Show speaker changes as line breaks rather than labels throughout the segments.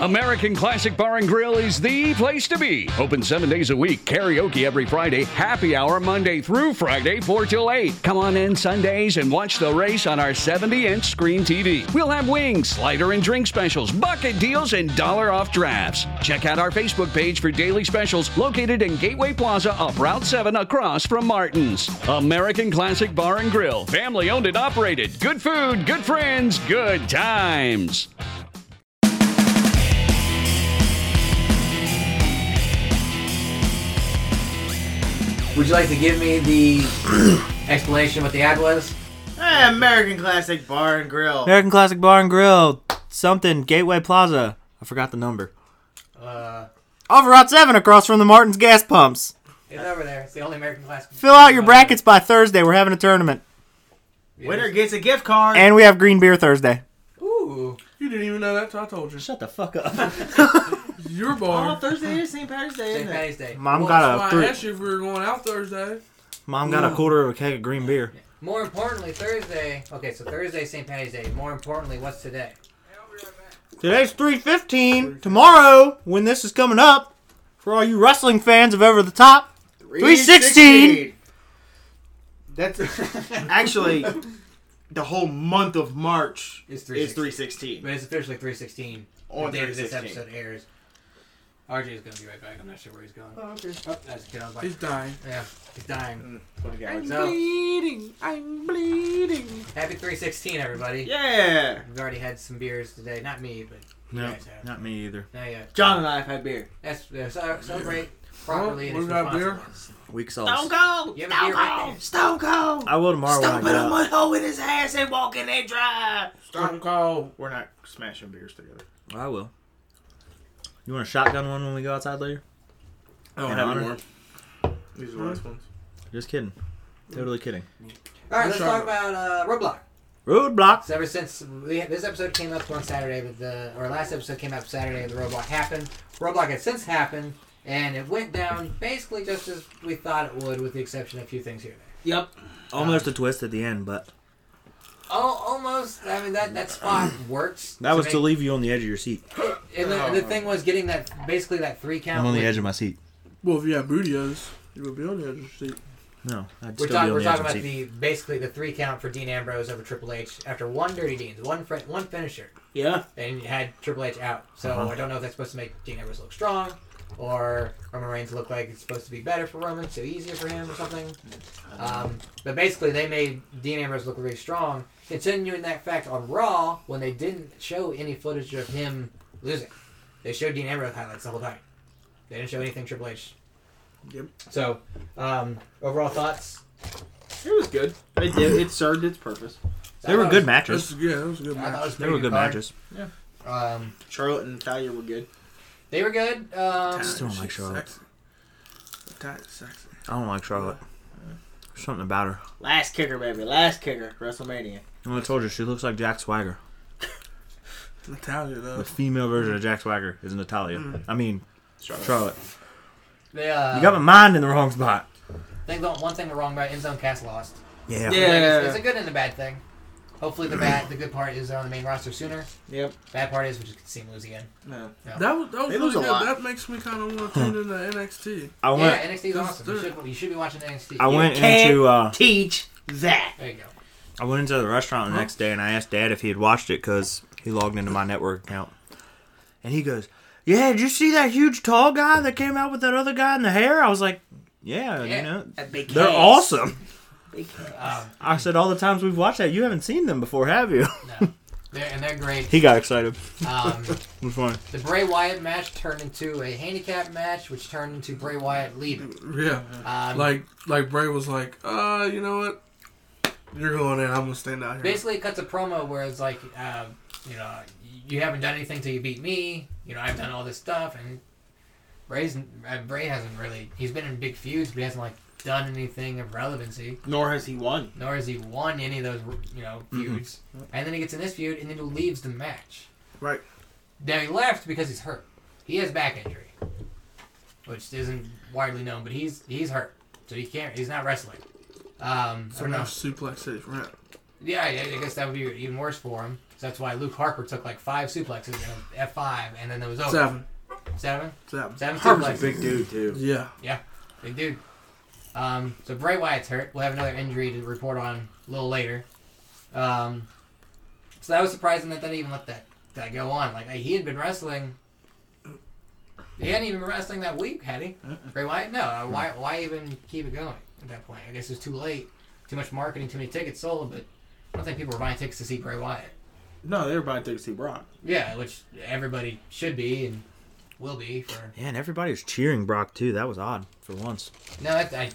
American Classic Bar and Grill is the place to be. Open seven days a week, karaoke every Friday, happy hour Monday through Friday, 4 till 8. Come on in Sundays and watch the race on our 70 inch screen TV. We'll have wings, slider and drink specials, bucket deals, and dollar off drafts. Check out our Facebook page for daily specials located in Gateway Plaza up Route 7 across from Martin's. American Classic Bar and Grill, family owned and operated. Good food, good friends, good times.
Would you like to give me the explanation of what the ad was?
Hey, American Classic Bar and Grill.
American Classic Bar and Grill, something, Gateway Plaza. I forgot the number. Uh, Off Route 7 across from the Martin's gas pumps.
It's over there. It's the only American Classic.
Fill out your brackets by Thursday. We're having a tournament.
Winner gets a gift card.
And we have green beer Thursday.
Ooh.
You didn't even know that till I told you.
Shut the fuck up.
You're
oh,
bar.
Thursday is St. Patrick's Day,
St.
isn't it?
Patty's Day.
Mom
More-
got a
Why I
three.
asked you if we were going out Thursday.
Mom got a quarter of a keg of green beer.
More importantly, Thursday. Okay, so Thursday, St. Patty's Day. More importantly, what's today?
Today's three fifteen. Tomorrow, when this is coming up, for all you wrestling fans of Over the Top, three sixteen.
That's actually the whole month of March
It's
is
316.
316.
But it's officially 316.
On
the day that this
316.
episode airs. RJ is going to be right back. I'm not sure where he's going. Oh,
okay.
that's good. I was like,
He's dying.
yeah, he's
Mm.
dying. So,
Bleeding. I'm bleeding.
happy 316, everybody.
Yeah.
We've already had some beers today. Not me, but you
No,
guys have.
not me either.
No, yeah.
John and I have had beer.
That's, that's uh, celebrate properly and
we
it's
got beer?
responsible.
Weak sauce.
Cold.
You have a beer right
Stone Cold.
I will tomorrow when I get up.
hole in his ass and walking it dry.
Stone Cold.
We're not smashing beers together.
I will. You want a shotgun one when we go outside later?
I don't
In
have
honor.
any more.
These are the last ones.
Just kidding. Totally kidding.
there. All right, let's talk about uh, Roblox.
Roadblock.
So ever since we, this episode came up on Saturday, with the or last episode came up Saturday, the Roblox happened. Roblox has since happened, and it went down basically just as we thought it would, with the exception of a few things here. and there.
Yep.
Almost a twist at the end, but
Oh, almost. I mean, that that spot works.
that was
make-
to leave you on the edge of your seat.
And the, and
Oh.
the thing was getting that basically that three count.
I'm on the
with-
edge of my seat.
Well, if you have bootios, you would be on the edge of your seat.
No, I'd
We're talking.
still be on
We're
the edge
talking
of my
about
seat.
the basically the three count for Dean Ambrose over Triple H after one Dirty Dean's, one fri- one finisher,
Yeah.
and you had Triple H out. So
Uh-huh.
I don't know if that's supposed to make Dean Ambrose look strong, or Roman Reigns look like it's supposed to be better for Roman, so easier for him or something. Um, but basically, they made Dean Ambrose look really strong, continuing that fact on Raw when they didn't show any footage of him losing. They showed Dean Ambrose highlights the whole time. They didn't show anything Triple H.
Yep.
So, um, overall thoughts.
It was good. It did. It served its purpose.
They were good
That's,
matches.
yeah, that was a good
I thought it
match.
was a
They
pretty
were good
card.
matches.
Um,
Charlotte and Talia were good.
they were good. Um,
Still don't like Charlotte.
Sexy. Attack sexy.
I don't like Charlotte. There's something about her.
Last kicker, baby. Last kicker. WrestleMania.
Well, I told you she looks like Jack Swagger.
Natalia, though.
The female version of Jack Swagger is Natalia.
Mm.
I mean, Charlotte.
they, uh,
You got my mind in the wrong spot.
they don't, one thing went wrong about end zone cast lost.
Yeah.
Yeah.
Like, it's, it's a good and a bad thing. Hopefully the bad, the good part is they're on the main roster sooner.
Yep.
Bad part is we just could see him lose again.
No.
That was, that was
They
really
lose a
good.
lot.
That makes me kind of want to tune into NXT.
I went.
yeah, NXT is
Let's
awesome. You
do it.
should, you should be watching NXT.
I went
can't-
into. Uh,
Teach that.
There you go.
I went into the restaurant the next day and I asked Dad if he had watched it because he logged into my network account, and he goes, "Yeah, did you see that huge tall guy that came out with that other guy in the hair?" I was like, "Yeah,
Yeah.
you know,
Big
they're
case.
awesome."
Big case.
Um,
I said all the times we've watched that, you haven't seen them before, have you?
no. They're, and they're great.
he got excited.
Um,
It was funny.
the Bray Wyatt match turned into a handicap match, which turned into Bray Wyatt leaving.
Yeah.
Um,
Like, like Bray was like, uh, you know what? You're going in. I'm going to stand out here.
basically it cuts a promo where it's like, uh, you know, you haven't done anything till you beat me. You know, I've done all this stuff, and Bray's uh, Bray hasn't really. He's been in big feuds, but he hasn't like done anything of relevancy.
Nor has he won.
Nor has he won any of those, you know, feuds. And then he gets in this feud, and then he leaves the match.
Right.
Now he left because he's hurt. He has back injury, which isn't widely known, but he's he's hurt, so he can't. He's not wrestling. Um, I
So
don't
now
know.
Suplex City for him.
Yeah, I, I guess that would be even worse for him. So that's why Luke Harper took like five suplexes in a F5, and then it was over.
Seven.
Seven?
Seven.
Seven
Harper's a
suplexes.
big dude too.
Yeah.
Yeah, big dude. Um, so Bray Wyatt's hurt. We'll have another injury to report on a little later. Um, so that was surprising that they didn't even let that, that go on. Like he had been wrestling. He hadn't even been wrestling that week, had he? Bray Wyatt? No. uh, Why? Why even keep it going at that point? I guess it was too late. Too much marketing. Too many tickets sold. But I don't think people were buying tickets to see Bray Wyatt.
No, they were buying tickets to see Brock.
Yeah, which everybody should be and will be for.
Yeah, and everybody was cheering Brock too. That was odd for once.
No, I, I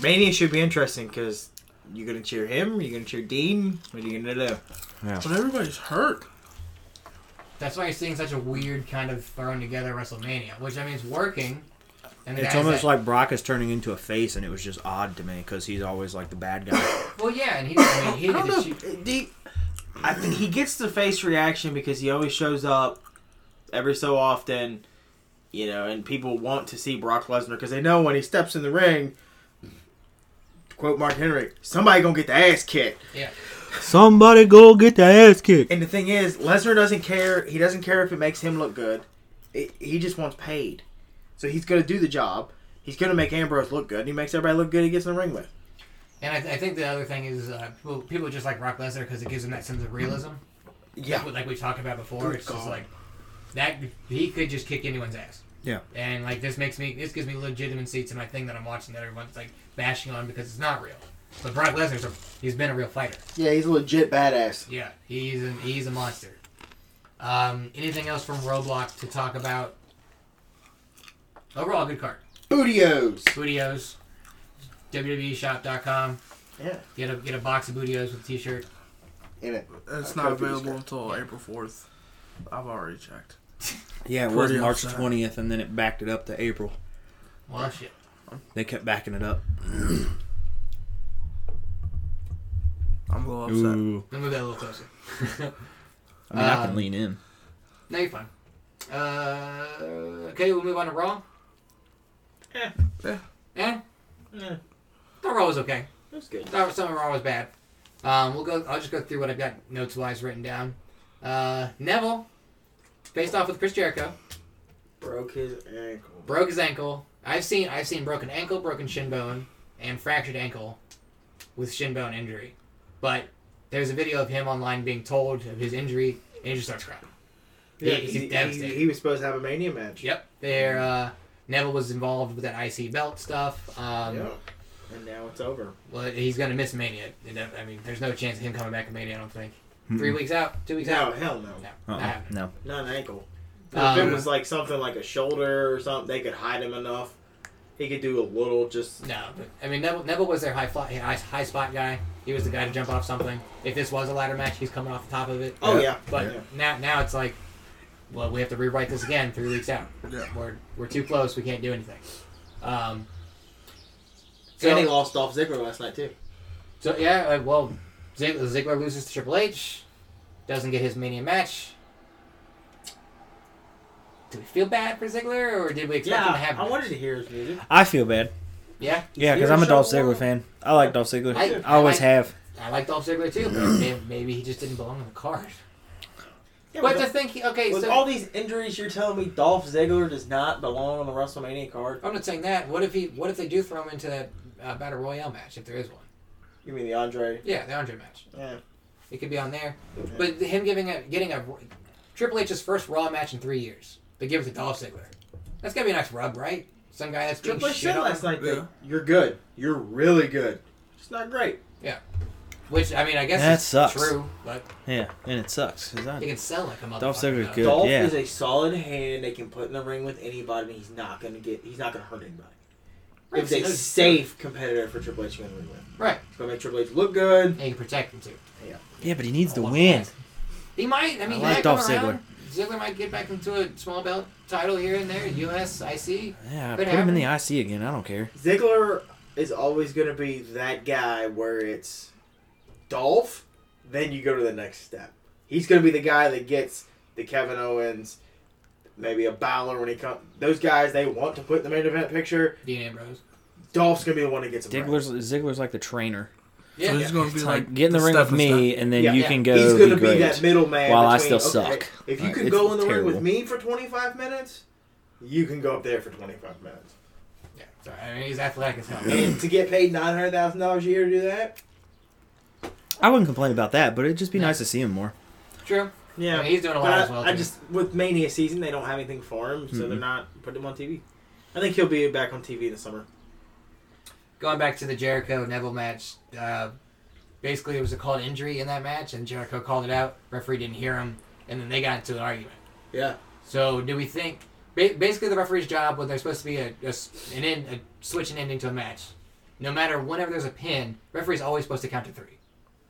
Mania should be interesting because you're gonna cheer him. You're gonna cheer Dean. What are you gonna do?
But everybody's hurt.
That's why you're seeing such a weird kind of thrown together WrestleMania, which I mean it's working. And the
It's
guys
almost
that-
like Brock is turning into a face, and it was just odd to me because he's always like the bad guy.
well, yeah, and he, I mean, he
I don't
did
know.
the
if- uh, Dean, I think he gets the face reaction because he always shows up every so often, you know, and people want to see Brock Lesnar because they know when he steps in the ring. Quote Mark Henry, somebody gonna get the ass kicked.
yeah,
Somebody go get the ass kicked.
And the thing is, Lesnar doesn't care. He doesn't care if it makes him look good. It, he just wants paid. So he's going to do the job. He's going to make Ambrose look good. And he makes everybody look good he gets in the ring with.
and I, I think the other thing is uh, people, people just like Brock Lesnar because it gives him that sense of realism,
Yeah.
like we talked about before.
Good
it's just
God.
like that he could just kick anyone's ass.
Yeah.
and like this makes me this gives me legitimacy to my thing that I'm watching that everyone's like bashing on because it's not real. But Brock Lesnar's a, he's been a real fighter.
Yeah, he's a legit badass.
Yeah, he's an, he's a monster. Um, anything else from Roblox to talk about? Overall, good card.
Bootios.
Bootios, E WWEshop.com.
Yeah.
Get a get a box of Bootios with a T-shirt.
In it.
It's
Uh,
not
Kofi's
available
got-
until April 4th. I've already checked.
Yeah, it was
Pretty
March
upset.
twentieth, and then it backed it up to April.
Well, shit.
They kept backing it up.
I'm a little upset.
Ooh,
Let me move that a little closer.
I mean, I
Um,
Uh,
can lean in.
No, you're fine. Uh, okay, we'll move on to Raw.
Eh.
Eh.
Eh?
Yeah.
The Raw was okay.
That's good.
Thought some of Raw was bad. Um, we'll go. I'll just go through what I've got notes wise written down. Uh, Neville, faced off with Chris Jericho,
Broke his ankle.
broke his ankle. I've seen I've seen broken ankle, broken shin bone, and fractured ankle with shin bone injury. But there's a video of him online being told of his injury, and he just starts crying. He- he's
he, he,
devastated.
he was supposed to have a Mania match.
Yep. There, uh, Neville was involved with that IC belt stuff. Um,
Yeah. And now it's over.
Well, he's gonna miss Mania. You know, I mean, there's no chance of him coming back to Mania. I don't think. Three weeks out, two weeks
No,
out.
hell no.
No, not
Uh-uh.
happening.
No,
Not an ankle. if
Um,
it was like something like a shoulder or something, they could hide him enough. He could do a little just.
No, but I mean Neville, Neville was their high fly, high, high spot guy. He was the guy to jump off something. If this was a ladder match, he's coming off the top of it.
Oh, yeah.
But
Yeah.
now now it's like, well, we have to rewrite this again three weeks out.
Yeah.
We're we're too close. We can't do anything. Um.
and he
So,
lost Dolph Ziggler last night, too.
so yeah, uh, well, Zig- Ziggler loses to Triple H, doesn't get his Mania match. Do we feel bad for Ziggler, or did we expect him to have?
I wanted to hear his music.
I feel bad.
Yeah,
Yeah, because
You're
I'm a
so
Dolph Ziggler
wrong.
fan. I like Dolph Ziggler.
I-
I,
I
always
like-
have.
I like Dolph Ziggler too, but may- maybe he just didn't belong on the card.
Yeah,
But
with-
the thing, okay,
with
so
all these injuries, you're telling me Dolph Ziggler does not belong on the WrestleMania card?
I'm not saying that. What if he? What if they do throw him into that uh, battle royale match if there is one?
You mean the Andre?
Yeah, the Andre match.
Yeah.
It could be on there. But him giving a getting a Triple H's first Raw match in three years. They give it to Dolph Ziggler. That's gotta be a nice rub, right? Some guy that's getting
Triple H
shit
said
on.
last night that
Yeah.
you're good. You're really good. It's not great.
Which I mean, I guess
That
it's
sucks.
true, but
Yeah, and it sucks. 'cause
they
I,
can sell like a motherfucker.
Dolph Ziggler's
though.
good.
Dolph
yeah.
is a solid hand they can put in the ring with anybody, and he's not gonna get. He's not gonna hurt anybody.
Right,
If they
so-
safe competitor for Triple H to win the ring with,
Right,
it's gonna make Triple H look good.
and you can protect him too.
yeah, but he needs to
Oh,
win.
He might. I mean,
I
he might
like
come
Dolph
around. Ziggler might get back into a small belt title here and there. US, IC.
Yeah,
Could
put him in the IC again. I don't care.
Ziggler is always gonna be that guy where it's Dolph. Then you go to the next step. He's gonna be the guy that gets the Kevin Owens, maybe a Balor when he comes. Those guys they want to put in the main event picture.
Dean Ambrose.
Dolph's gonna be the one that gets them.
Ziggler's Ziggler's like the trainer.
Yeah,
so he's
yeah.
gonna be
It's
like,
like get in the ring with
Stephen
me,
Stein.
and then
Yeah,
you
yeah.
can go.
He's gonna be,
great.
that middleman
while I
between-
still
okay,
suck.
If you
Like,
could
it's
go in the ring with
terrible.
me for 25 minutes, you can go up there for 25 minutes.
yeah. So, I mean, he's athletic as hell.
And to get paid nine hundred thousand dollars a year to do that,
I wouldn't complain about that, but it'd just be nice to see him more.
True.
yeah,
I mean, he's doing a
But
lot
I,
as well.
I
too.
just with Mania season, they don't have anything for him, so they're not putting him on TV. I think he'll be back on TV in the summer.
going back to the Jericho Neville match. Uh, basically, it was a called injury in that match, and Jericho called it out. Referee didn't hear him, and then they got into an argument.
Yeah,
So, do we think ba- basically the referee's job was there's supposed to be a, a s- an end, a switch and ending to a match? No matter whenever there's a pin, referee's always supposed to count to 3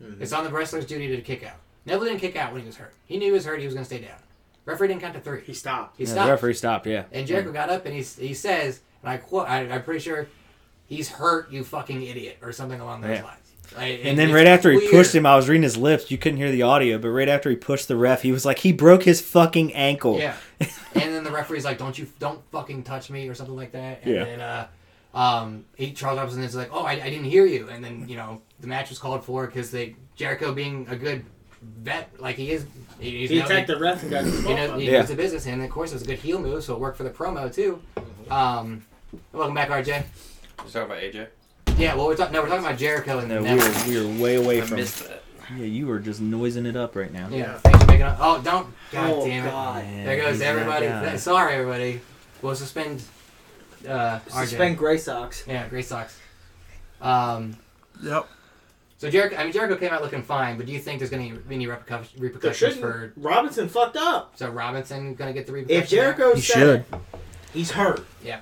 Mm-hmm.
It's on the wrestler's duty to kick out. Neville didn't kick out when he was hurt. He knew he was hurt. He was going to stay down. Referee didn't count to three.
he stopped.
He
Yeah,
stopped.
the referee stopped. Yeah.
And Jericho got up and he, he says, and I quote, I, I'm pretty sure, he's hurt, you fucking idiot, or something along those
Yeah.
lines. Like,
And then
it's
right after he
weird.
pushed him, I was reading his lips. You couldn't hear the audio, but right after he pushed the ref, he was like, he broke his fucking ankle.
yeah. and then the referee's like, "Don't you, don't fucking touch me," or something like that. And
Yeah.
then uh, um, he, Charles Robinson is like, "Oh, I, I didn't hear you," and then you know the match was called for because they Jericho being a good vet, like he is, he- he's
He
now-
attacked the ref and got
you know,
disqualified.
he
Yeah.
was a business, and of course it was a good heel move, so it worked for the promo too. Um, welcome back, RJ.
Let's talk about AJ.
Yeah, well, we're talking. No, we're talking about Jericho and
No, we
Neville.
were, we were way away
I
from.
missed that.
Yeah, you were just noising it up right now.
Yeah, thanks for making up. Oh, don't. God
Oh,
damn it.
God.
Man,
There goes
he's that
everybody.
guy.
Th- Sorry, everybody. We'll suspend uh, RJ.
Suspend Gray Sox.
Yeah, Gray Sox. Um,
Yep.
so Jericho, I mean, Jericho came out looking fine, but do you think there's going to be any repercus-
There
repercussions
shouldn't.
for?
Robinson fucked up.
So Robinson going to get the repercussions?
If Jericho
He
said it, he's hurt.
Yeah.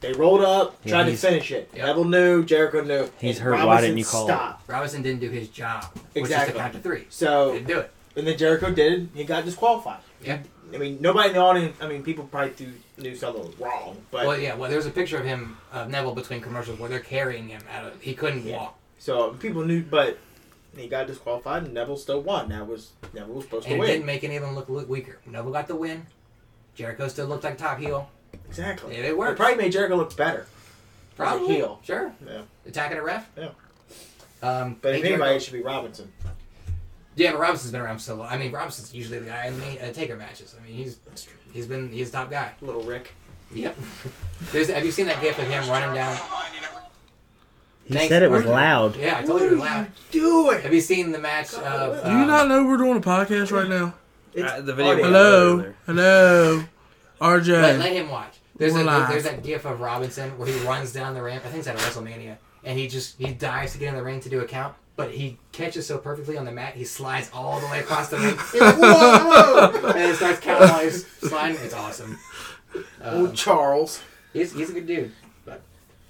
They rolled up,
Yeah,
tried to
he's-
finish it.
Yeah.
Neville knew, Jericho knew.
He's
and
hurt, why
Robinson
didn't you call it?
stopped.
now? Robinson didn't do his job, which is to
Exactly.
count to three.
So
Didn't do it.
and then Jericho did it. He got disqualified.
Yeah.
I mean, nobody in the audience. I mean, people probably do, knew something was wrong, but
Well, yeah. Well, there's a picture of him of Neville between commercials where they're carrying him out of. He couldn't
Yeah.
walk.
so people knew. But he got disqualified, and Neville still won. That was Neville was supposed
And
to
it didn't
win.
make any of them look, look weaker. Neville got the win. Jericho still looked like top heel.
Exactly.
Yeah, they worked.
It probably made Jericho look better.
Probably.
heel.
Sure.
Yeah.
Attacking a ref.
Yeah.
Um,
But
hey,
if anybody,
Jericho-
it should be Robinson.
yeah, but Robinson's been around so long. I mean, Robinson's usually the guy in the uh, Taker matches. I mean, he's he's been he's top guy.
Little Rick.
Yep. There's, have you seen that gif of him running down?
He
Thanks,
said it was
Mark.
loud.
Yeah, I told you it was loud.
Do it.
Have you seen the match of?
Do you
um,
not know we're doing a podcast right now?
It's
Uh, the video
audio.
was-
Hello, hello,
Let,
RJ.
let him watch. There's
We're
a,
live.
there's that gif of Robinson where he runs down the ramp. I think it's at WrestleMania, and he just he dives to get in the ring to do a count, but he catches so perfectly on the mat, he slides all the way across the ring. He's like, "Whoa!" and he starts counting while he's sliding. It's awesome.
Old Charles.
He's, he's a good dude, but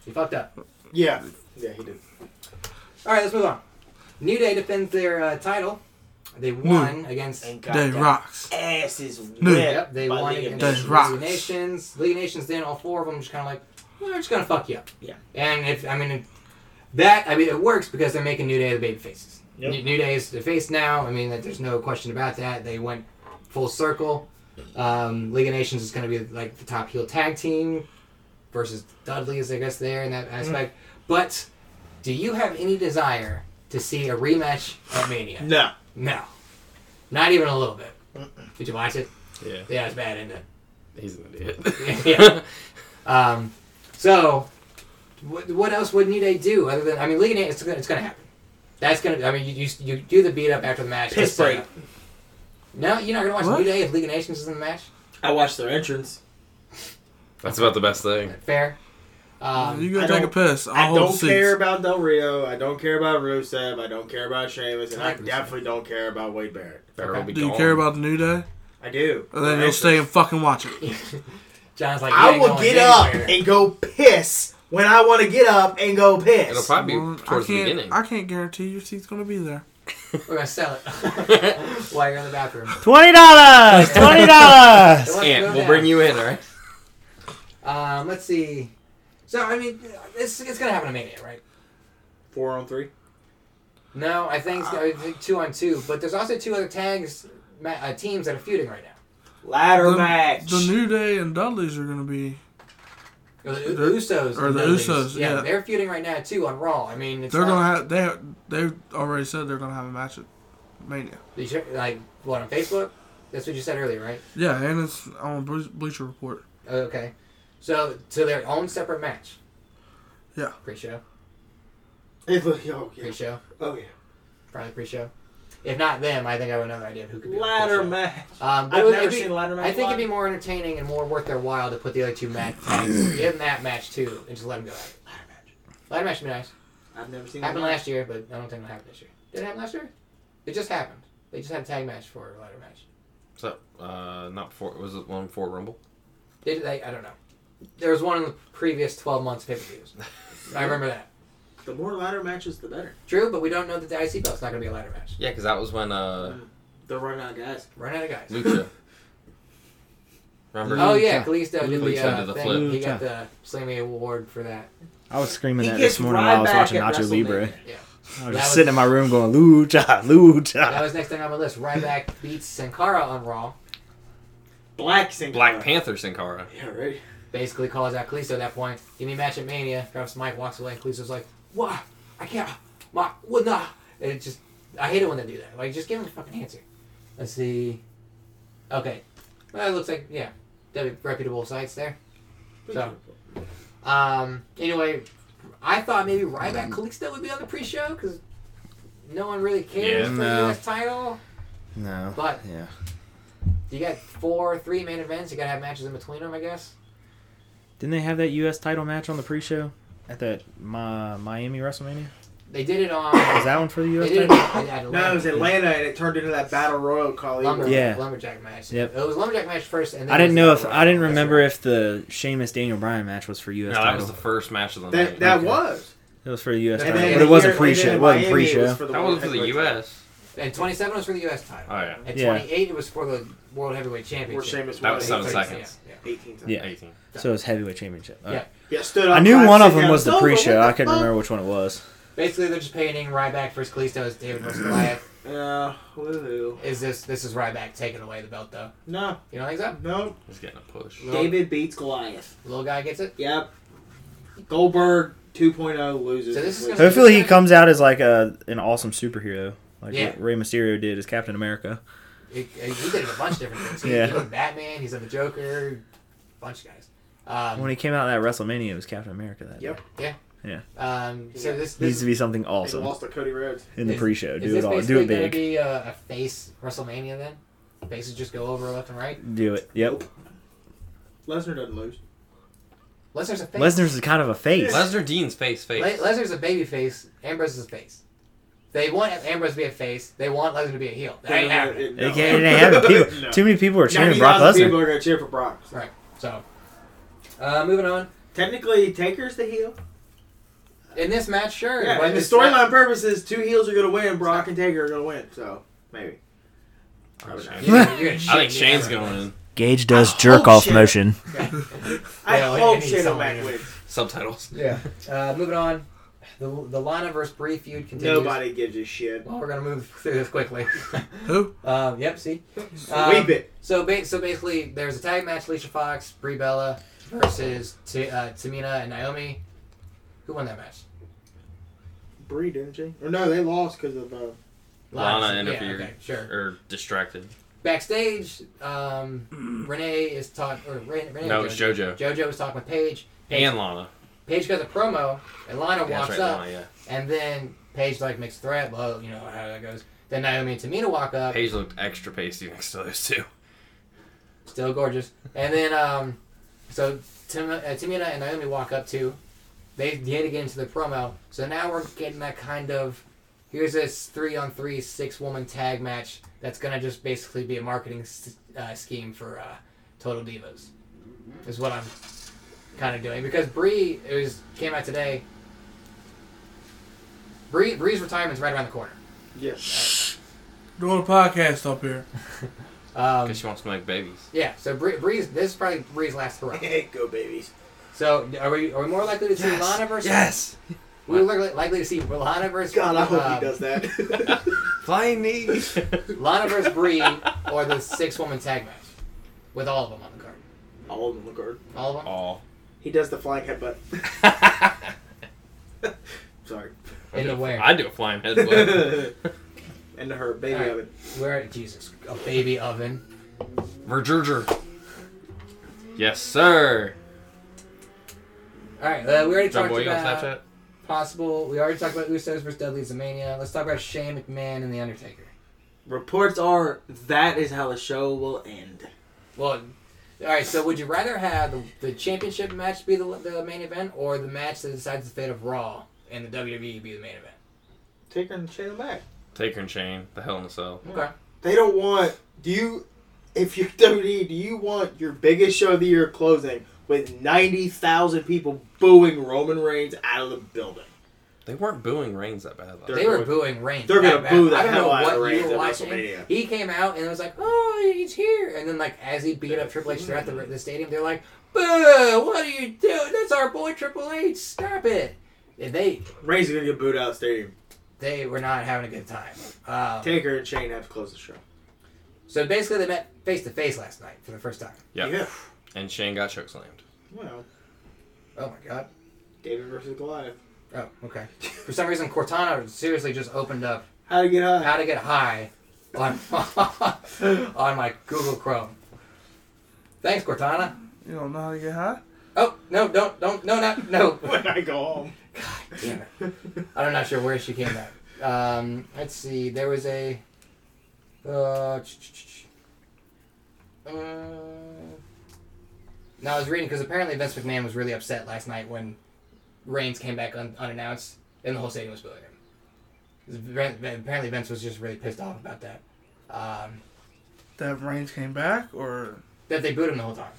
he fucked up.
Yeah. Yeah, he did.
All right, let's move on. New Day defends their uh, title. They won against.
And got
They
that
rocks.
Ass is
Yep,
whipped.
they
by
won
League of
against
Nations.
the
Rocks.
League of Nations. League of Nations. Then all four of them just kind of like, "Well, we're just gonna fuck you up.
Yeah.
And if I mean that, I mean it works because they're making New Day the baby faces.
Yep.
New, New Day is the face now. I mean, that there's no question about that. They went full circle. Um, League of Nations is gonna be like the top heel tag team versus Dudley is I guess there in that aspect.
Mm.
But do you have any desire to see a rematch at Mania?
No.
No. Not even a little bit. Did you watch it?
Yeah.
Yeah, it's bad, isn't it?
He's an idiot.
yeah. Um, so, what, what else would New Day do other than I mean, League of Nations? It's gonna, it's gonna happen. That's gonna. I mean, you, you, you do the beat up after the match.
Piss
just set
break.
up. No, you're not gonna watch
What?
New Day if League of Nations is in the match.
I watched their entrance.
That's about the best thing.
Fair. Um,
You go
I
take a
don't-
piss. I'll
I
hold the
don't
seats.
care about Del Rio. I don't care about Rusev. I don't care about Sheamus. And
I
I
like Rusev.
definitely don't care about Wade Barrett.
Barrel will be
Do you
gone.
care about the new day?
I do.
And then you'll stay and fucking watch it.
John's like, "You
I
ain't
will
going
get up
anywhere."
and go piss when I want to get up and go
It'll
piss.
probably
Well,
be
I
towards the
can't.
beginning.
I can't guarantee your seat's gonna be there.
We're gonna sell it while you're in the bathroom.
Twenty dollars. Twenty dollars.
Ant, we'll bring you in, all right?
Um, let's see. So I mean, it's it's gonna happen to Mania, right?
Four on three.
No, I think, it's I think two on two. But there's also two other tags ma- uh, teams that are feuding right now.
Ladder
The-
match.
The new day and Dudley's are gonna be
Or the U- Usos.
Or
in
the
Dudley's.
Usos, yeah.
They're feuding right now, too, on Raw. I mean, it's
They're
not,
gonna have they they already said they're gonna have a match at Mania.
you should- like, what, on Facebook? That's what you said earlier, right?
Yeah, and it's on Ble- Bleacher Report.
Okay. So, to their own separate match.
Yeah.
Pre-show.
oh, yeah.
Pre-show.
Oh, yeah.
Probably pre-show. If not them, I think I have another idea of who could be on the
Ladder
pre-show.
match.
Um, but
I've
it would-
never
it'd be-
seen a ladder match.
I think it'd be
live.
more entertaining and more worth their while to put the other two match give them that match too and just let them go at it. Ladder match would be nice.
I've never seen.
Happened
one.
last year, but I don't think it'll happen this year. Did it happen last year? It just happened. They just had a tag match for a ladder match.
So, uh, not before, was it one before Rumble?
Did they? I don't know. There was one in the previous 12 months pay per views. I remember that.
The more ladder matches, the better.
True, but we don't know that the IC belt's not going to be a ladder match.
Yeah, because that was when, uh,
They're running out of guys.
Run out of guys.
Lucha. Remember?
Oh yeah, Kalisto did the,
Kalisto
uh,
did the
thing.
flip.
He got the Slammy Award for that.
I was screaming
He
that
gets
this morning while I was
right
watching
back at
Nacho Libre.
Yeah.
I was
That
just
was-
sitting in my room going, Lucha,
That
Lucha.
was next thing on my list. Ryback beats Sankara on Raw.
Black Sinclair.
Black Panther Sin Cara.
Yeah, right.
basically calls out Kalisto at that point. Give me a match at Mania. Drops the mic, walks away. and Kalisto's like, "Why? I can't. My, well, nah." And it just, I hate it when they do that. Like, just give him a fucking answer. Let's see. Okay. Well, it looks like yeah, they're reputable sites there. So, um, anyway, I thought maybe Ryback Kalisto would be on the pre-show because no one really cares
Yeah,
for
no.
the U.S. title.
No.
But-
yeah.
You got four, three main events. You gotta have matches in between them, I guess.
Didn't they have that U.S. title match on the pre-show at that Mi- Miami WrestleMania?
They did it on.
Was that one for the U.S.
They did it
title?
on- at
No, it was Atlanta, and it turned into that battle royal call.
Lumber,
Yeah.
lumberjack match.
Yep.
It was lumberjack match first, and then
I didn't
it
know
was
if I didn't
That's
remember
right.
if the Sheamus Daniel Bryan match was for U.S.
No, that
title.
was the first match of the
That,
night.
that was.
it was for the U.S.
And
title,
then
but
the
it wasn't
year- and
pre-show.
then
It
in
wasn't
Miami, it
pre-show.
was for the
That
World
wasn't for the
Heavyweight
U.S.
And 27 was for the U.S. title.
Oh, yeah.
And
Uh, Yeah.
28 was for the World Heavyweight
title, Where
Championship.
Sheamus
That
won.
was seven
Yeah,
seconds.
yeah.
18 times.
Yeah.
18.
So it was heavyweight championship. All
Yeah.
right.
Yeah, stood up.
I knew
five,
one of
sit
them
down,
was the
sober,
pre-show.
what
I
the
couldn't
fuck?
remember which one it was.
Basically, they're just painting Ryback versus Kalisto as David versus Goliath.
Yeah, woohoo.
Is this this is Ryback taking away the belt though?
No,
You don't think so?
no.
He's getting a push.
No.
David beats Goliath.
Little guy gets it.
Yep. Goldberg 2.0 loses.
So this is gonna-
Hopefully, he comes out as like a an awesome superhero, like
Yeah.
what Rey Mysterio did as Captain America.
He, he did a bunch of different things. He,
Yeah.
he was Batman. He's in the Joker. Bunch of guys. Um,
When he came out at WrestleMania, it was Captain America. That
Yep.
um, so this,
day. needs
this
to be something
They
awesome
lost to Cody Rhodes.
in the
Is-
pre-show.
is
Do
this
it all. Do
basically
it
gonna
big.
be uh, a, a face WrestleMania then? Faces just go over left and right.
Do it. Yep.
Lesnar doesn't lose.
Lesnar's a face.
Lesnar's kind of a face.
Lesnar Dean's face, face.
Le- Lesnar's a baby face. Ambrose is a face. They want Ambrose to be a face. They want Lesnar to be a heel. That ain't happening.
It can't- it ain't happening. People-
No.
Too many people are cheering
90,000
Brock Lesnar.
People are gonna cheer for Brock.
Right. So, uh, moving on.
Technically, Taker's the heel.
In this match, sure.
Yeah,
but
and the
it's
storyline
not-
purposes, two heels are gonna win. Brock and Taker are gonna win. So maybe. Probably not.
You're gonna- you're gonna
I
shit
think
me
Shane's
out.
going in.
Gage
does I jerk hope off shit. motion. I
Yeah, like, I
hope
need
Shane
someone
O'Mac
here.
wins.
Subtitles.
Yeah. Uh, moving on. The, the Lana versus Bree feud continues.
Nobody gives a shit.
Well, we're gonna move through this quickly.
Who?
um, yep. See. Um,
Sweep it.
So, ba- so basically, there's a tag match: Alicia Fox, Brie Bella versus T- uh, Tamina and Naomi. Who won that match?
Bree didn't she? Or no, they lost because of. Uh,
Lana
yeah,
interfered.
okay, sure.
Or distracted.
Backstage, um, Renee is talking. Or Ren- Renee
No,
was
it's
doing-
JoJo.
JoJo was talking with Paige. Paige,
And Lana.
Paige does a promo, and Lana
Yeah,
walks
that's right,
up,
Lana, yeah.
and then Paige like makes a threat. Well, you know how that goes. Then Naomi and Tamina walk up,
Paige looked extra pasty next to those two.
still gorgeous. And then, um, so Tim, uh, Tamina and Naomi walk up too. They get to get into the promo. So now we're getting that kind of here's this three on three six woman tag match that's gonna just basically be a marketing s- uh, scheme for uh, Total Divas. Is what I'm kind of doing because Brie it was came out today. Bree Brie's retirement's right around the corner.
yes.
Doing a podcast up here.
Um,
Because she wants to make babies.
yeah, so Bree, Bree's this is probably Bree's last hurrah.
go babies.
So are we are we more likely to see Lana versus?
Yes!
We're likely, likely to see Lana versus
God, I hope
um,
he does that.
Flying knees!
Lana versus Bree or the six woman tag match with all of them on the card.
All of them look hard.
All of them.
All.
He does the flying headbutt. Sorry.
In the where?
I do a flying headbutt.
and her baby
Alright.
oven.
Where? Jesus, a baby oven.
Vergerger. Yes, sir.
All right, uh, we already
Is that
talked
boy on
about
Snapchat?
possible. We already talked about Usos versus Dudley's and Mania. Let's talk about Shane McMahon and The Undertaker.
Reports are that is how the show will end.
Well, all right. So, would you rather have the, the championship match be the, the main event, or the match that decides the fate of Raw and the WWE be the main event?
Taker and Shane back.
Taker and Shane, the Hell in a Cell.
Okay.
They don't want. Do you? If you're WWE, do you want your biggest show of the year closing with ninety thousand people booing Roman Reigns out of the building?
They weren't booing Reigns that bad. Though.
They're
they were
going-
booing Reigns.
they're gonna
that
boo
bad.
the
I don't know
hell out of
what you
Reigns
were
at
watching.
WrestleMania.
He came out and it was like, "Oh, he's here!" And then, like, as he beat up Triple H throughout the, the stadium, they're like, "Boo! What are you doing? That's our boy Triple H! Stop it!" And they
Reigns is gonna get booed out of the stadium.
they were not having a good time. Um,
Taker and Shane have to close the show.
so basically, they met face to face last night for the first time.
Yeah.
Yeah.
And Shane got chokeslammed.
Well,
Oh my god.
David versus Goliath.
Oh, okay. For some reason, Cortana seriously just opened up
How to get high?
how to get high on on my Google Chrome. Thanks, Cortana.
You don't know how to get high?
Oh no! Don't don't no not no.
When I go home.
Damn it! I'm not sure where she came at. Um, let's see. There was a. Uh, ch- ch- ch- uh, no, I was reading because apparently Vince McMahon was really upset last night when Reigns came back un- unannounced and the whole stadium was booing him. 'Cause Vin- Vin- Apparently Vince was just really pissed off about that. Um,
That Reigns came back, or
that they booed him the whole time.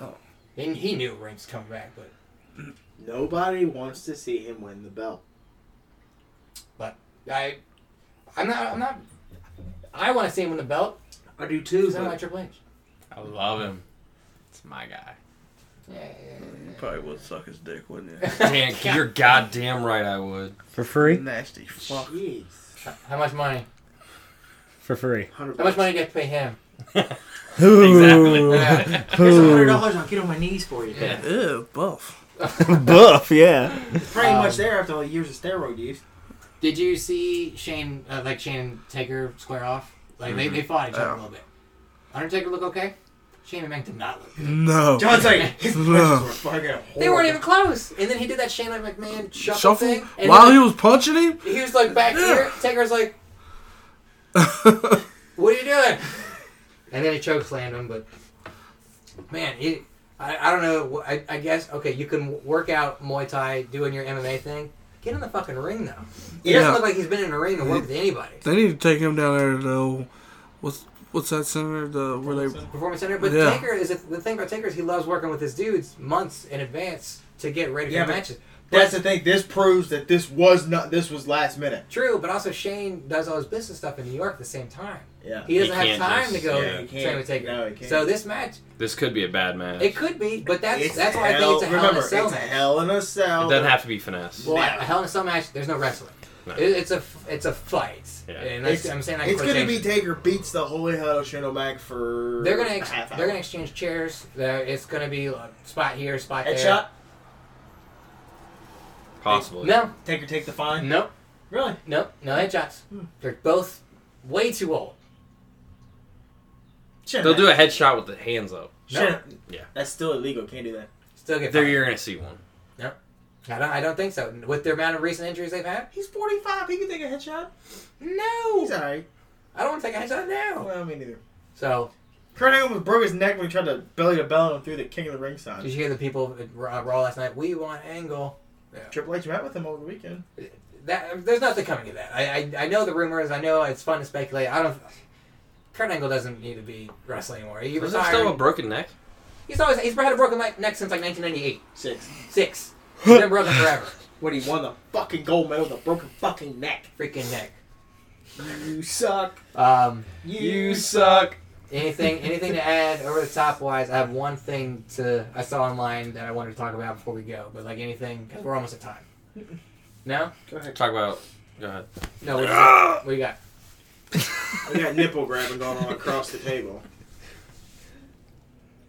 Oh.
And he knew Reigns was coming back, but
Nobody wants to see him win the belt.
I, I'm not. I'm not. I want to see him win the belt.
I do too.
He's not like Triple H.
I love him. It's my guy.
Yeah, yeah,
you probably would suck his dick, wouldn't
Dang, you're goddamn right I would.
For
you?
free?
Nasty fuck.
Jeez.
yeah. How much money?
For free.
Hundred
How much money do you have to pay him?
Exactly.
Here's hundred dollars. I'll get on my knees for you.
Yeah.
Ew, buff.
Buff, yeah.
It's pretty
Um,
much there after all the years of steroid use.
Did you see Shane, uh, like Shane and Taker square off? Like they, they fought each other a
Mm-hmm. Yeah.
little bit. Undertaker look okay. Shane and Mank did not look. Good.
No.
John's like, his punches
No.
were fucking
They weren't
horrible.
even close. And then he did that Shane like McMahon shuffle,
Shuffle
thing. And
while he
then,
was punching him.
he was like back here. Taker's like, "What are you doing?" And then he choke slammed him. But man, it, I I don't know. I, I guess okay, you can work out Muay Thai doing your MMA thing. Get in the fucking ring though. He doesn't
Yeah.
look like he's been in a ring and worked with anybody.
they need to take him down there though. What's what's that center? The where they
Performance Center, but
Yeah.
Taker is the thing about Taker is he loves working with his dudes months in advance to get ready for
Yeah,
the
but
matches.
That's the thing. This proves that this was not. This was last minute.
True, but also Shane does all his business stuff in New York at the same time.
Yeah.
He doesn't have
can't
time
just-
to go
yeah, he
train
can't.
with Taker.
No, he can't.
So this match,
this could be a bad match.
it
It,
could be, but that's
It's
that's
a
why I think it's a hell
remember,
in a cell
it's
match.
a hell in a cell.
doesn't have to be finesse.
Well,
No.
a hell in a cell match. There's no wrestling.
No.
It, it's a f- it's a fight.
Yeah.
And that's,
It's,
I'm saying that in
it's going to be
quotation.
Taker beats the Holy Hell Shinobag for.
They're gonna ex-
a half hour.
they're gonna exchange chairs. There, it's gonna be a spot here, spot there.
headshot.
Possibly.
No,
Taker take the fine.
no,
Really?
no, no headshots.
Hmm.
They're both way too old.
Shouldn't
They'll
that-
do a headshot with the hands up.
Shouldn't-
Yeah.
That's still illegal. Can't do that.
Still get
There
fired.
you're gonna see one.
I don't. I don't think so. With the amount of recent injuries they've had,
He's 45. He can take a headshot.
no.
He's alright.
I don't want to take a headshot now.
Well, me neither.
So
Kurt Angle broke his neck when he tried to belly to belly him through the King of the Ring
did
sign.
you hear the people at Raw Raw last night? We want Angle.
Triple H met with him over the weekend.
That there's nothing coming of that. I, I I know the rumors. I know it's fun to speculate. I don't. Kurt Angle doesn't need to be wrestling anymore. He
Doesn't he still have a
retired.
broken neck?
He's always he's had a broken le- neck since like 1998
Six.
six. He's been broken forever.
When he won the fucking gold medal with a broken fucking neck.
Freaking neck.
You suck.
Um.
You,
suck.
Anything anything to add over the top wise? I have one thing to I saw online that I wanted to talk about before we go, but like anything, we we're almost at time. No,
Go ahead.
Talk about. Go ahead.
no. What do you got? What do you got?
We got nipple grabbing going on across the table.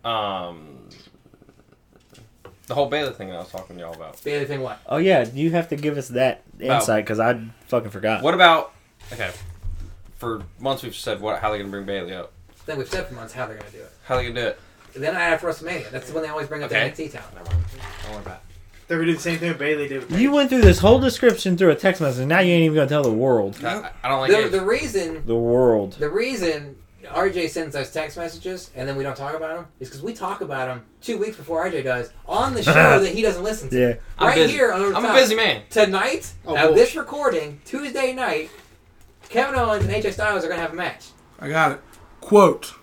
Um. The whole Bailey thing I was talking to y'all about.
Bailey thing what?
Oh yeah, you have to give us that insight because I fucking forgot.
What about okay? For months we've said what how they gonna bring Bailey up.
Then we've said for months how they're gonna do it.
How they gonna do it?
Then I have WrestleMania. That's the one they always bring up
Okay.
to NXT town. Don't worry about it.
They're gonna do the same thing Bailey did.
You went through this whole description through a text message. and Now you ain't even gonna tell the world.
I, I don't like
The,
it.
the reason,
The world.
the reason RJ sends those text messages and then we don't talk about them is because we talk about them two weeks before RJ does on the show that he doesn't listen to.
Yeah.
I'm
right
busy.
here on the
I'm a
top.
busy man.
Tonight,
Oh,
now
bullshit.
this recording, Tuesday night, Kevin Owens and AJ Styles are gonna have a match.
I got it. Quote.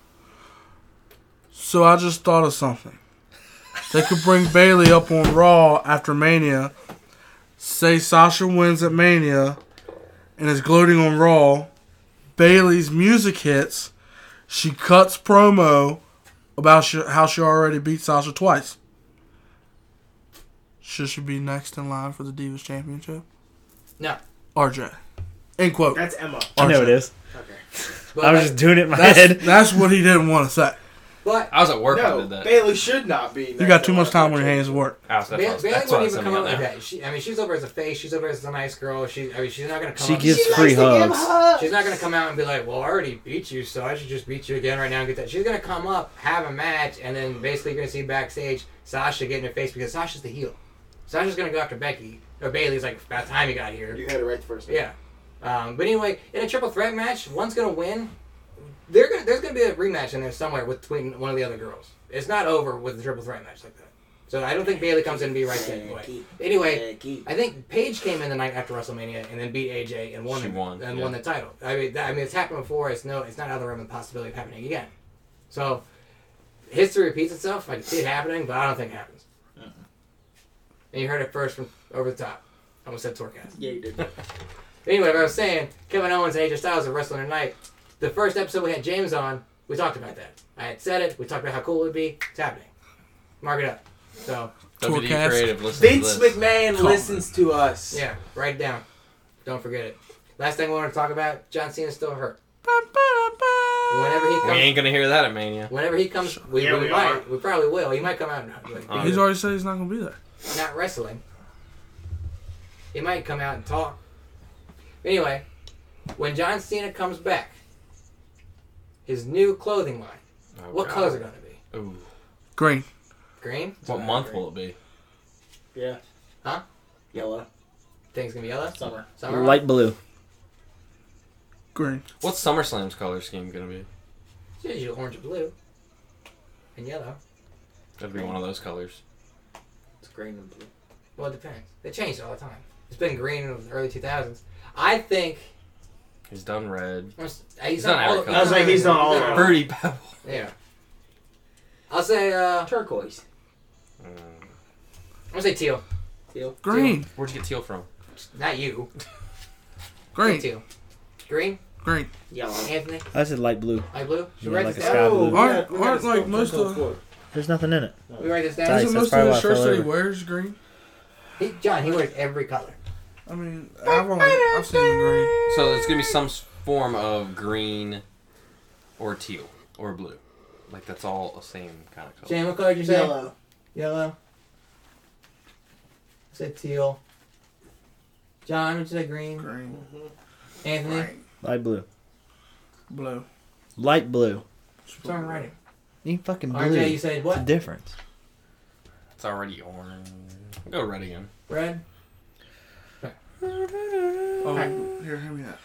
So I just thought of something. They could bring Bailey up on Raw after Mania. Say Sasha wins at Mania and is gloating on Raw. Bailey's music hits. She cuts promo about sh- how she already beat Sasha twice. Should she be next in line for the Divas Championship?
No.
RJ. End quote.
That's Emma.
I know
RJ.
it is.
But
I was
like-
just doing it in my
That's,
head.
that's what he didn't want to say.
but
I was at work. when I
No,
did that.
Bailey should not be.
You got too much time on your hands at work.
I was, that's
Bailey
what I was- that's what I
wouldn't
was
even come
sending
up
out
with
now.
that. She, I mean, she's over as a face. She's over as a nice girl. She, I mean, she's not gonna come.
She
up
gives free hugs.
She's not gonna come out and be like, "Well, I already beat you, so I should just beat you again right now and get that." She's gonna come up, have a match, and then basically you're gonna see backstage Sasha get in her face because Sasha's the heel. Sasha's gonna go after Becky or Bailey's like, "About time you got here."
You had it right the first time.
Yeah. Um, but anyway, in a triple threat match, one's gonna win. They're gonna, there's gonna be a rematch in there somewhere with between one of the other girls. It's not over with a triple threat match like that. So I don't think Bailey comes in and be right there anyway. Anyway, I think Paige came in the night after WrestleMania and then beat AJ and won.
She
the-
won,
and
yeah.
won the title. I mean, that, I mean, it's happened before. It's no, it's not out of the realm of possibility of happening again. So history repeats itself. I can see it happening, but I don't think it happens. And you heard it first from over the top. I almost said Torcast.
Yeah, you did.
Anyway, what I was saying, Kevin Owens and AJ Styles are wrestling tonight. The first episode we had James on, we talked about that. I had said it. We talked about how cool it would be. It's happening. Mark it up. So
Tourcast.
WD Creative, listen
Vince
to this.
McMahon listens to us.
yeah, write it down. Don't forget it. Last thing we want to talk about: John Cena's still hurt. Whenever he
We ain't
comes,
gonna hear that at Mania.
whenever he comes, we,
Yeah,
we,
we
might.
are.
We probably will. He might come out and like,
Uh,
He's already said he's not going to be there.
not wrestling. He might come out and talk. Anyway, when John Cena comes back, his new clothing line.
Oh,
What
God.
colors are gonna be?
Ooh.
Green.
Green?
What month will it be?
Yeah.
Huh?
Yellow.
Things gonna be yellow?
Summer.
Summer?
Light blue.
Green.
What's SummerSlam's color scheme gonna be?
It's usually orange and blue. And yellow.
That'd be one of those colors.
It's green and blue.
Well, it depends. They change it all the time. It's been green in the early 2000s. I think.
He's done red.
I'm s- uh, He's
He's not
done all
every
of
color. I was
like, he's done all of them.
Birdie Pebble.
Yeah. I'll say, uh.
Turquoise.
I'll say teal.
Teal.
Green.
Where'd you get teal from?
Not you.
Green.
Teal. Green?
Green.
Yellow.
Anthony?
I said light blue.
Light blue? Should we
Yeah,
write
like
this
a
down?
sky blue.
Aren't- aren't, like, most of-
There's nothing in it.
We write this
Nice.
down?
Isn't
that's
most
probably
of
why
the
I
shirts
fell
that he
over.
wears green?
He, John, he wears every color.
I mean, I've only I've seen green.
So there's gonna be some s- form of green, or teal, or blue. Like that's all the same kind of color.
Shane, what color did you say? Yellow. I said teal. John, would you say green?
Green.
Anthony?
Green.
Light blue.
Blue.
Light blue.
What's wrong writing?
You fucking blue.
RJ, you said
What's the
what?
difference?
It's already orange. Go red again.
Red?
Oh, here, hand me that.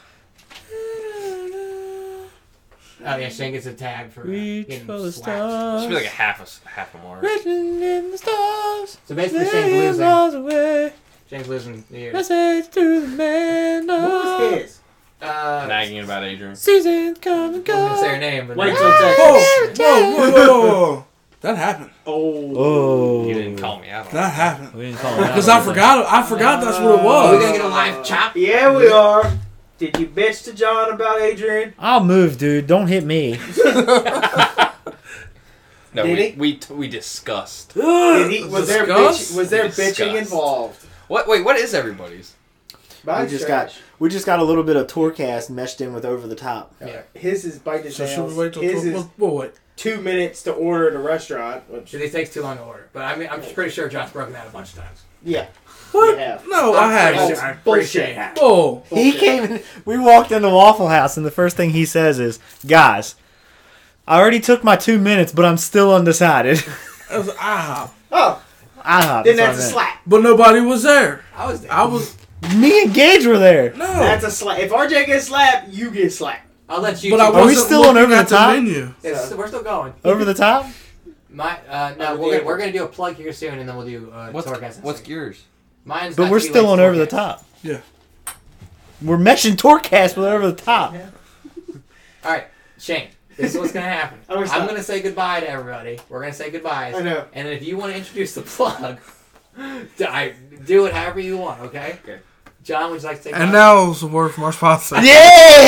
Oh, yeah, Shane gets a tab for uh,
Reach
getting
for the
slapped.
It should be
stars.
like a half a s- half a mark.
Written in the stars.
So basically, Shane's
million
losing.
miles away.
Shane's losing the year.
Message to the man
What was
of
his?
Uh,
Nagging about Adrian.
season come and
I was
go.
gonna say her name, but
Wait
no.
till Texas.
Oh, whoa, whoa, whoa, whoa, whoa. That happened.
Oh.
You didn't call me out. on
That happened.
We didn't call him out.
Because I forgot. I forgot that's what it
Are we
was.
gonna get a live chop?
Yeah, we are. Did you bitch to John about Adrian?
I'll move, dude. Don't hit me.
No,
Did
we,
he?
we t- we discussed.
Did he, was there
Discuss?
bitch, was there
Discuss.
bitching involved?
What? Wait, what is everybody's?
Bite
We just
trash.
got we just got a little bit of Torcast meshed in with over the top.
Yeah.
his is bite his
So should
nails.
we wait till
his
twelve?
is
We'll, we'll wait.
two minutes to order at a restaurant. Which
It takes too long to order, but I mean, I'm pretty sure John's broken that a bunch of times.
yeah,
What?
Yeah.
No, I
Pretty
haven't.
sure- I'm pretty sure he
bullshit.
has.
Bull.
Bullshit.
He came in, we walked into Waffle House, and the first thing he says is, Guys, I already took my two minutes, but I'm still undecided.
It was IHOP.
Oh,
IHOP.
then
that's
that's a
what
slap.
But nobody was there.
I was there.
I was
I meant. Me and Gage were there.
no.
That's a slap. If RJ gets slapped, you get slapped.
I'll let you.
but I
two-
we
wasn't
still on
looking
Over the
at the
Top?
menu.
It's- we're still going.
Over the top?
My uh, no,
Over
we're
the
gonna,
air.
we're gonna do a plug here soon, and then we'll do uh,
What's
Torcast.
what's yours?
Mine's
But
not
we're
too
still
late
on Over the
Torcast.
Top.
Yeah.
We're meshing Torcast with Over the Top.
All right, Shane. This is what's gonna happen.
Oh, it's
I'm
not.
gonna say goodbye to everybody. We're gonna say goodbyes.
I know.
And if you want to introduce the plug, d- I do it however you want. Okay.
Okay.
John, would you like to say?
And
goodbye?
now is the word from our sponsor.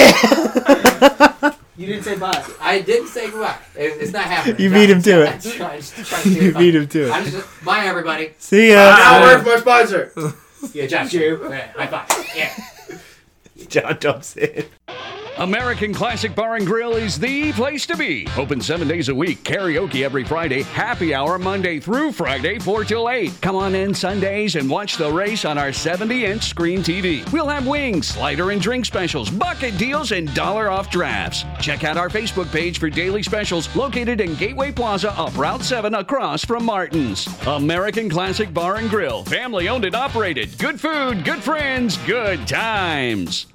Yeah!
You didn't say bye.
I didn't say goodbye. It, it's not happening.
You beat him to
I'm
it.
just trying- just trying to do
You
something.
beat him to
I'm
it.
just bye everybody.
See ya.
Now we're for sponsor.
Yeah, John.
you.
Yeah, high five. Yeah.
John jumps in.
American Classic Bar and Grill is the place to be. Open seven days a week, karaoke every Friday, happy hour Monday through Friday, 4 till 8. Come on in Sundays and watch the race on our 70 inch screen TV. We'll have wings, slider and drink specials, bucket deals, and dollar off drafts. Check out our Facebook page for daily specials located in Gateway Plaza up Route 7 across from Martin's. American Classic Bar and Grill, family owned and operated. Good food, good friends, good times.